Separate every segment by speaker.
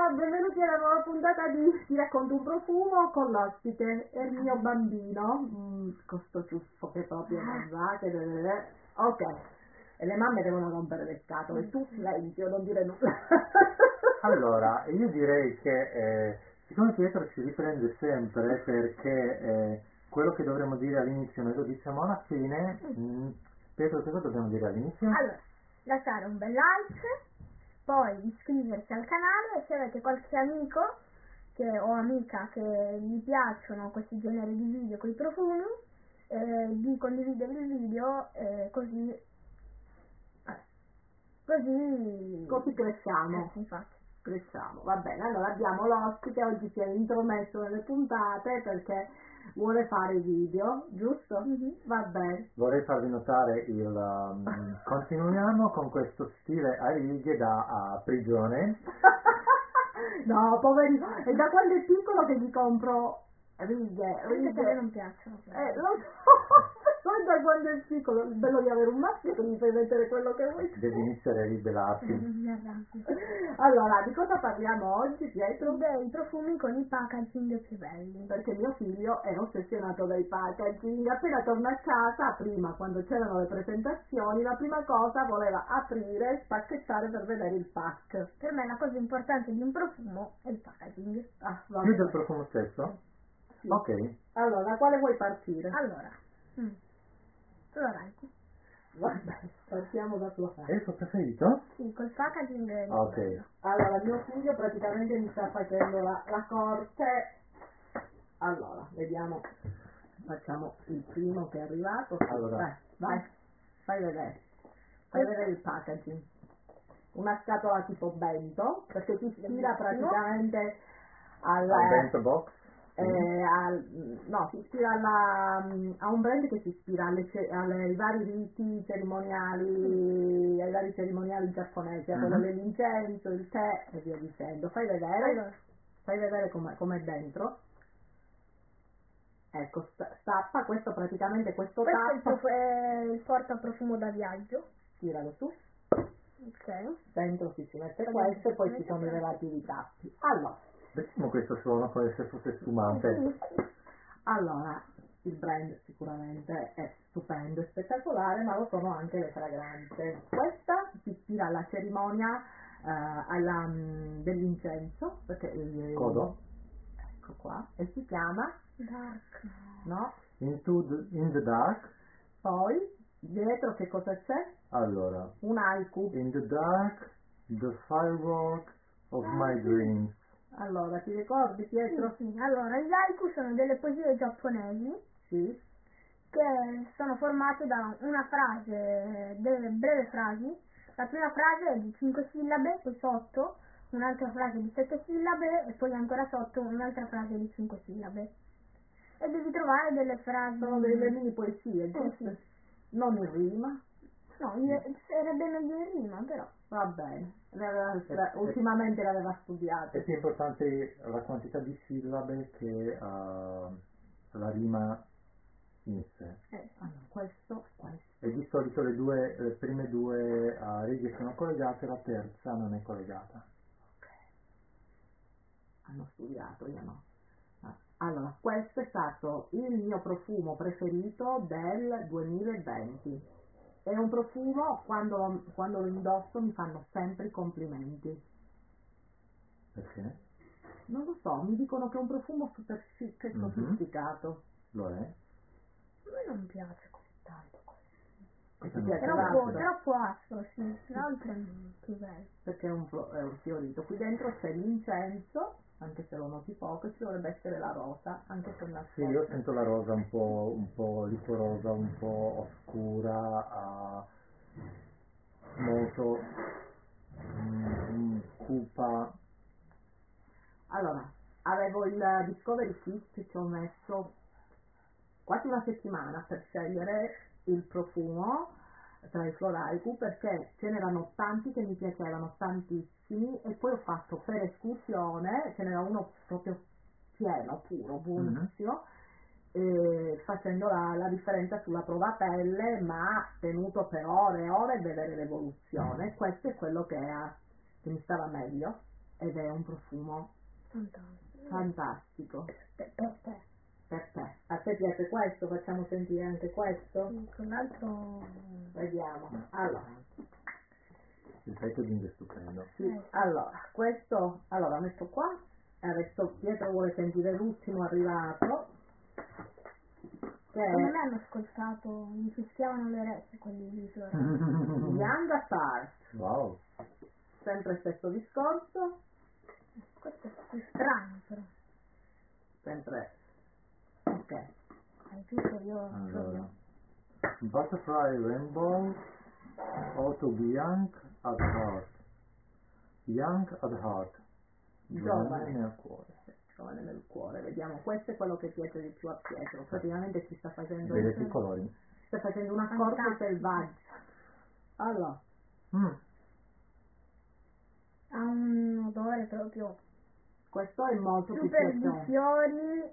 Speaker 1: è la Ah, nuova puntata di Ti racconto un profumo con l'ospite e il mio bambino, Ah. mm, con sto ciuffo che proprio non va, che... Ok, e le mamme devono rompere le scatole, tu silenzio, non dire nulla.
Speaker 2: Allora, io direi che eh, siccome Pietro ci riprende sempre perché eh, quello che dovremmo dire all'inizio noi lo diciamo alla fine, mm, Pietro cosa dobbiamo dire all'inizio?
Speaker 3: Allora, lasciare un bel like, poi iscriversi al canale e se avete qualche amico che- o amica che gli piacciono questi generi di video con i profumi, eh, di condividere il video eh, così... eh, Così...
Speaker 1: Così cresciamo.
Speaker 3: Eh, infatti.
Speaker 1: cresciamo. Va bene, allora abbiamo l'ospite, oggi si è intromesso nelle puntate perché vuole fare i video, giusto?
Speaker 3: Mhm.
Speaker 1: Va bene.
Speaker 2: Vorrei farvi notare il... mm, continuiamo con questo stile a righe da a prigione.
Speaker 1: no, poverino, è da quando è piccolo che gli compro righe,
Speaker 3: Anche se a me
Speaker 1: righe.
Speaker 3: non piacciono. cioè.
Speaker 1: Eh, lo so, è da quando è piccolo, il bello di avere un maschio che gli fai mettere quello che vuoi. tu.
Speaker 2: Devi iniziare a ribellarti.
Speaker 3: Mi arrabbio.
Speaker 1: Allora, di cosa parliamo oggi, Pietro?
Speaker 3: Beh, i profumi con i packaging più belli.
Speaker 1: Perché mio figlio è ossessionato dai packaging. Appena torna a casa, prima, quando c'erano le presentazioni, la prima cosa voleva aprire e spacchettare per vedere il pack.
Speaker 3: Per me la cosa importante di un profumo è il packaging.
Speaker 1: Ah,
Speaker 2: Più
Speaker 1: vabbè.
Speaker 2: del profumo stesso?
Speaker 1: Sì.
Speaker 2: Ok.
Speaker 1: Allora, da quale vuoi partire?
Speaker 3: Allora, mm. Floralti.
Speaker 1: Vabbè, partiamo da tua
Speaker 2: È
Speaker 1: parte.
Speaker 2: il tuo preferito?
Speaker 3: Sì, col packaging è
Speaker 2: Ah, Ok.
Speaker 1: Eh.
Speaker 3: bello.
Speaker 1: Allora, mio figlio praticamente mi sta facendo la, la corte. Allora, vediamo. Facciamo il primo che è arrivato.
Speaker 2: Allora.
Speaker 1: Vai, vai, fai vedere. Fai vedere il packaging. Una scatola tipo bento, perché si ispira praticamente al...
Speaker 2: Al bento box?
Speaker 3: Mm-hmm.
Speaker 1: eh, al- no, si ispira alla, mm, a un brand che si ispira alle ce- alle- ai vari riti
Speaker 3: Mm-hmm.
Speaker 1: cerimoniali, ai vari cerimoniali giapponesi, a quello
Speaker 2: Mhm.
Speaker 1: dell'incenso, il tè e via dicendo. Fai vedere.
Speaker 3: Allora,
Speaker 1: Fai vedere com'è, com'è dentro. Ecco, sta- stappa, questo praticamente questo
Speaker 3: questo è il,
Speaker 1: tappo,
Speaker 3: profu- è il porta profumo da viaggio.
Speaker 1: tiralo su,
Speaker 3: Ok.
Speaker 1: dentro si, si mette
Speaker 3: Poi
Speaker 1: questo e poi
Speaker 3: si
Speaker 1: ci
Speaker 3: mette
Speaker 1: sono i
Speaker 3: questo.
Speaker 1: relativi tappi. Allora,
Speaker 2: Sentiamo questo suono come se fosse sfumante.
Speaker 1: allora, il brand sicuramente è stupendo e spettacolare, ma lo sono anche le fragranze. Questa si ispira alla cerimonia eh, alla, mm, dell'incenso, perché il-
Speaker 2: Codo.
Speaker 1: Ecco qua, e si chiama,
Speaker 3: Dark.
Speaker 1: no?
Speaker 2: Into the, in the dark?
Speaker 1: Poi, dietro che cosa c'è?
Speaker 2: Allora,
Speaker 1: Un haiku.
Speaker 2: in the dark, the firework of my dreams.
Speaker 1: Allora, ti ricordi
Speaker 3: Sì,
Speaker 1: Pietro?
Speaker 3: sì. Allora, gli haiku sono delle poesie giapponesi
Speaker 1: Sì.
Speaker 3: che sono formate da una frase, delle breve frasi. La prima frase è di 5 sillabe, poi sotto un'altra frase di 7 sillabe e poi ancora sotto un'altra frase di 5 sillabe. E devi trovare delle frasi...
Speaker 1: Sono delle mini poesie, giusto?
Speaker 3: sì.
Speaker 1: Non in rima.
Speaker 3: No, io- sarebbe meglio in rima, però.
Speaker 1: Va bene. Le aveva-
Speaker 2: Eh,
Speaker 1: le-
Speaker 2: eh.
Speaker 1: ultimamente le aveva studiate.
Speaker 2: È più importante la quantità di sillabe che eh, la rima in sé.
Speaker 3: Eh,
Speaker 1: Allora, questo e questo.
Speaker 2: E di solito le, due, le prime due eh, righe sono collegate, la terza non è collegata.
Speaker 1: Hanno studiato, io no. Ah, Allora, questo è stato il mio profumo preferito del 2020. È un profumo, quando lo- quando lo indosso mi fanno sempre i complimenti.
Speaker 2: Perché?
Speaker 1: Non lo so, mi dicono che è un profumo super chic e
Speaker 2: Mhm.
Speaker 1: sofisticato.
Speaker 2: Lo è?
Speaker 3: a me non piace così tanto.
Speaker 2: Cosa
Speaker 1: Ti piace
Speaker 2: non
Speaker 1: l'altro?
Speaker 3: Troppo,
Speaker 2: piace?
Speaker 3: troppo aspro, sì. L'altro è più bello.
Speaker 1: perché è un, flo- è un fiorito. Qui dentro c'è l'incenso, anche se lo noti poco, ci dovrebbe essere la rosa, anche se la
Speaker 2: Sì, io sento la rosa un po', un po' liquorosa, un po' oscura, ah, molto mm, cupa.
Speaker 1: Allora, avevo il Discovery Kit, ci ho messo quasi una settimana per scegliere il profumo tra i floraiku perché ce n'erano tanti che mi piacevano tantissimi e poi ho fatto per esclusione, ce n'era uno proprio pieno, puro, buonissimo, e facendo la, la differenza sulla prova pelle ma tenuto per ore e ore e vedere l'evoluzione. Questo è quello che, ha- che mi stava meglio ed è un profumo
Speaker 3: Fantastico.
Speaker 1: Ah. Fantastico.
Speaker 3: Per, per te.
Speaker 1: Per te. A te piace questo? Facciamo sentire anche questo?
Speaker 3: Sì, Con l'altro...
Speaker 1: Eh. Vediamo. Allora.
Speaker 2: Il packaging è stupendo.
Speaker 1: Sì, allora, questo, allora metto qua, adesso Pietro vuole sentire l'ultimo arrivato, che
Speaker 3: Secondo
Speaker 1: è
Speaker 3: me hanno ascoltato, mi fischiavano le orecchie quelli di Flora.
Speaker 2: Mm.
Speaker 1: Young Apart,
Speaker 2: wow.
Speaker 1: sempre stesso discorso,
Speaker 3: Questo è strano però.
Speaker 1: sempre, ok,
Speaker 3: Hai visto io...
Speaker 2: Allora. Eh, Butterfly Rainbow Auto Young at Heart. Young at Heart.
Speaker 1: Giovane.
Speaker 2: nel cuore.
Speaker 1: giovane nel cuore, vediamo, questo è quello che piace di più a Pietro, praticamente ci sta facendo,
Speaker 2: Vedete i colori?
Speaker 1: ci sta facendo una corte
Speaker 3: Fantastico.
Speaker 1: selvaggia, allora,
Speaker 2: Mm.
Speaker 3: Ha un odore proprio
Speaker 1: questo è molto più
Speaker 3: super di
Speaker 1: piacevole,
Speaker 3: fiori,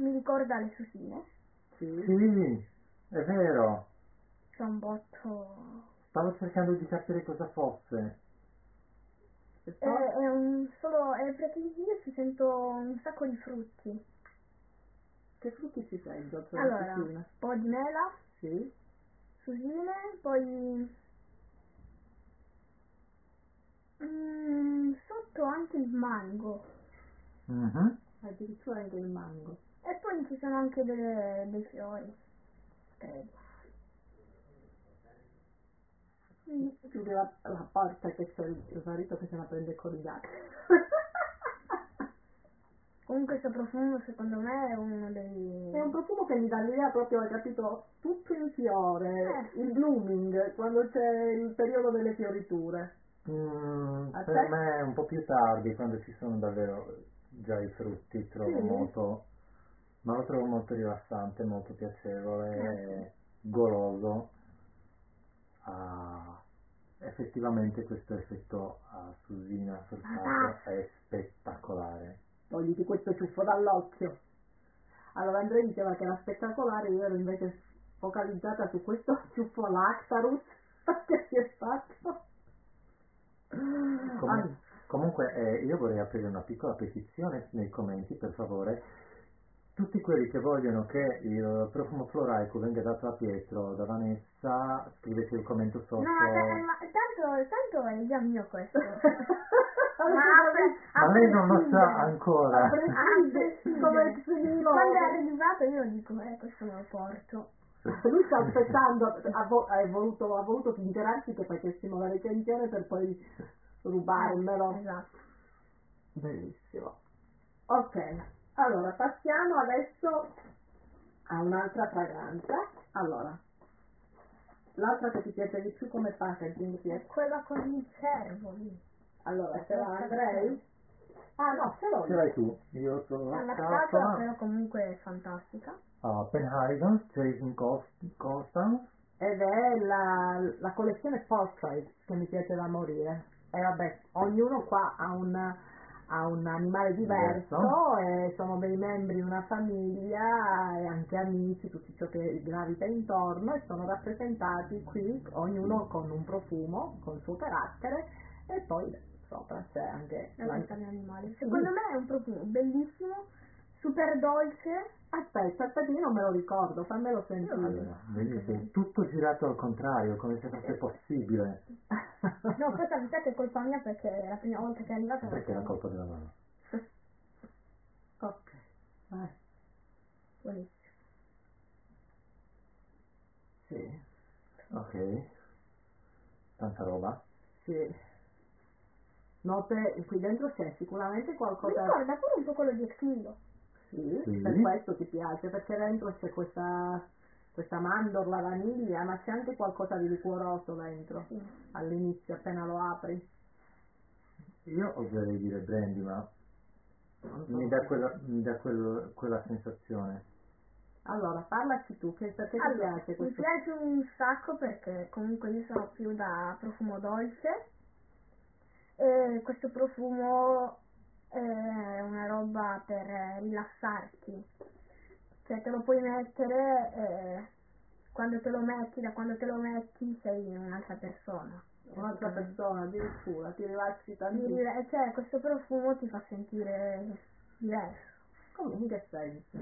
Speaker 3: mi ricorda le susine,
Speaker 1: sì,
Speaker 2: Sì, è vero.
Speaker 3: c'è un botto,
Speaker 2: Stavo cercando di capire cosa fosse.
Speaker 1: e
Speaker 3: è,
Speaker 1: poi-
Speaker 3: è un solo, è perché io ci sento un sacco di frutti,
Speaker 1: che frutti ci sento? Cioè,
Speaker 3: allora, un
Speaker 1: cucina?
Speaker 3: po' di mela,
Speaker 1: Sì,
Speaker 3: susine, poi mm, sotto anche il mango
Speaker 2: Mhm.
Speaker 1: addirittura anche il mango.
Speaker 3: e poi ci sono anche delle- dei fiori, credo. Mm.
Speaker 1: chiude la, la porta che c'è il marito che se la prende con gli altri.
Speaker 3: Comunque questo profumo secondo me è uno dei...
Speaker 1: È un profumo che mi dà l'idea proprio, hai capito, tutto in fiore,
Speaker 3: Eh.
Speaker 1: il blooming, quando c'è il periodo delle fioriture.
Speaker 2: Mm,
Speaker 1: A
Speaker 2: per
Speaker 1: te?
Speaker 2: me è un po' più tardi, quando ci sono davvero già i frutti, trovo
Speaker 1: Sì.
Speaker 2: molto, ma lo trovo molto rilassante, molto piacevole,
Speaker 1: Eh,
Speaker 2: goloso. Ha effettivamente questo effetto a susina sul
Speaker 3: Ah.
Speaker 2: capo è spettacolare.
Speaker 1: Togliti questo ciuffo dall'occhio. Allora Andrea diceva che era spettacolare, io ero invece focalizzata su questo ciuffo Lactarus che si è fatto.
Speaker 2: Come-
Speaker 1: Ah,
Speaker 2: Comunque eh, io vorrei aprire una piccola petizione nei commenti, per favore. Tutti quelli che vogliono che il profumo floraico venga dato a Pietro, da Vanessa, scrivete il commento
Speaker 3: No, eh,
Speaker 2: sotto.
Speaker 3: ma, ta- ma tanto, tanto è già mio questo. ma Ah,
Speaker 1: allora,
Speaker 2: Ma lei non lo sa
Speaker 3: prescindere-
Speaker 2: ancora.
Speaker 1: prescinde, come ex nino.
Speaker 3: Quando è arrivato io dico, eh, questo me lo porto.
Speaker 1: Lui sta aspettando, ha, vo- ha voluto, ha voluto figurarsi che facessimo la recensione per poi rubarmelo.
Speaker 3: Esatto.
Speaker 1: Bellissimo. Ok, allora passiamo adesso a un'altra fragranza. Allora, l'altra che ti piace di più come packaging, ti
Speaker 3: È quella con il cervo lì.
Speaker 1: Allora, ce l'ha Andrei? Ah no, ce l'ho
Speaker 2: Ce
Speaker 1: io.
Speaker 2: l'hai tu? Io sono
Speaker 3: È
Speaker 2: la
Speaker 3: una
Speaker 2: capa.
Speaker 3: scatola, però comunque è fantastica.
Speaker 2: Ah, Penhagen, Chasing Const- Constance.
Speaker 1: Ed è la, la collezione Portrait che mi piace da morire. E vabbè, ognuno qua ha un, ha un animale diverso,
Speaker 2: Diverso.
Speaker 1: e sono dei membri di una famiglia e anche amici, tutto ciò che gravita intorno e sono rappresentati qui, ognuno con un profumo, con il suo carattere e poi sopra c'è anche
Speaker 3: La
Speaker 1: la-
Speaker 3: vita dell'animale. Secondo me è un profumo bellissimo, super dolce.
Speaker 1: Aspetta, aspetta, io non me lo ricordo, fammelo sentire.
Speaker 2: Allora, vedete, tutto girato al contrario, come se fosse possibile,
Speaker 3: No, poi sapete che è colpa mia perché è la prima volta che è arrivata.
Speaker 2: Ah. perché è la colpa della mano.
Speaker 1: ok, Eh, vai.
Speaker 3: Buonissimo.
Speaker 1: Sì,
Speaker 2: Ok, tanta roba.
Speaker 1: Sì. Note, qui dentro c'è sicuramente
Speaker 3: Mi
Speaker 1: qualcosa.
Speaker 3: ricorda pure un po' quello di Esquilo.
Speaker 1: Sì,
Speaker 2: Sì.
Speaker 1: per questo ti piace, perché dentro c'è questa, questa mandorla, vaniglia, ma c'è anche qualcosa di liquoroso dentro
Speaker 3: Sì.
Speaker 1: all'inizio, appena lo apri.
Speaker 2: Io oserei dire brandy, ma
Speaker 1: Non so.
Speaker 2: mi dà, quella, mi dà quel- quella sensazione.
Speaker 1: Allora, parlaci tu, che, perché
Speaker 3: Allora,
Speaker 1: ti piace
Speaker 3: Mi
Speaker 1: questo?
Speaker 3: piace un sacco perché comunque io sono più da profumo dolce e questo profumo è una roba per eh, rilassarti, cioè te lo puoi mettere e quando te lo metti, da quando te lo metti sei un'altra persona.
Speaker 1: un'altra persona addirittura, ti rilassi
Speaker 3: Ti
Speaker 1: tantissimo.
Speaker 3: rile- Cioè, questo profumo ti fa sentire diverso.
Speaker 1: Come, in che senso?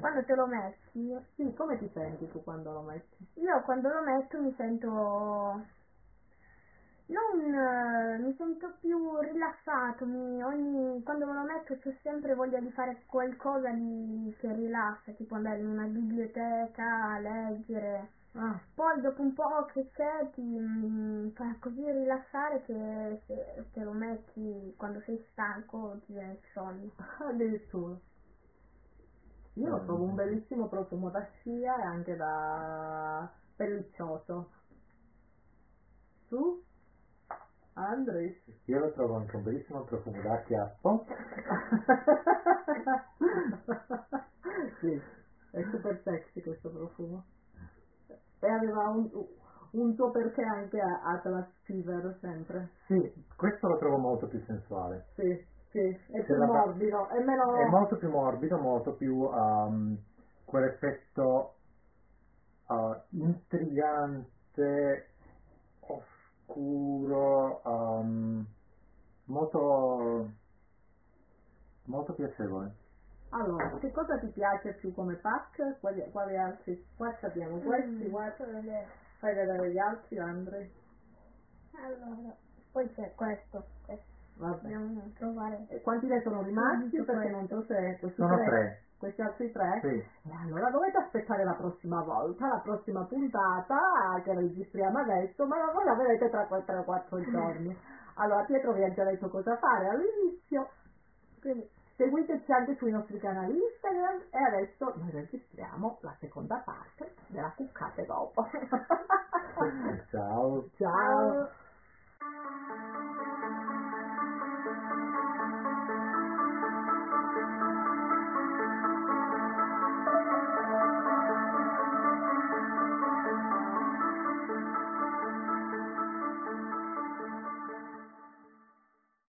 Speaker 3: Quando te lo metti,
Speaker 1: Sì, come ti senti tu quando lo metti?
Speaker 3: io quando lo metto mi sento non eh, mi sento più rilassato, mi- ogni- quando me lo metto ho sempre voglia di fare qualcosa di- che rilassa, tipo andare in una biblioteca, leggere.
Speaker 1: Ah,
Speaker 3: Poi dopo un po' che c'è ti mm, fa così rilassare che se te lo metti quando sei stanco ti viene il sonno.
Speaker 1: addirittura. Io lo trovo un bellissimo profumo da scia e anche da pelliccioso. Tu? Andris?
Speaker 2: Io lo trovo anche un bellissimo profumo da chiappo.
Speaker 1: sì, è super sexy questo profumo. E aveva un, un suo perché anche a- Atlas Fever sempre.
Speaker 2: Sì, questo lo trovo molto più sensuale.
Speaker 1: Sì, sì, è
Speaker 2: Se
Speaker 1: più
Speaker 2: la-
Speaker 1: morbido, è meno...
Speaker 2: È molto più morbido, molto più ehm, quell'effetto eh, intrigante, oscuro, ehm, molto, molto piacevole.
Speaker 1: Allora, che cosa ti piace più come pack? Quali, quali altri? Qua sappiamo questi,
Speaker 3: Mm,
Speaker 1: guarda,
Speaker 3: faccio vedere.
Speaker 1: fai vedere gli altri, Andri.
Speaker 3: Allora, poi c'è questo, questo
Speaker 1: Vabbè.
Speaker 3: dobbiamo trovare.
Speaker 1: E quanti ne sono rimasti?
Speaker 3: Sono
Speaker 1: Perché
Speaker 3: tre.
Speaker 1: non so se questi
Speaker 2: Sono
Speaker 1: tre,
Speaker 2: tre.
Speaker 1: questi altri tre
Speaker 2: Sì.
Speaker 1: E allora dovete aspettare la prossima volta, la prossima puntata che registriamo adesso, ma voi la vedrete tra 4 4 giorni. Allora Pietro vi ha già detto cosa fare all'inizio, quindi seguiteci anche sui nostri canali Instagram e adesso noi registriamo la seconda parte della cuccate dopo.
Speaker 2: Ciao.
Speaker 1: Ciao!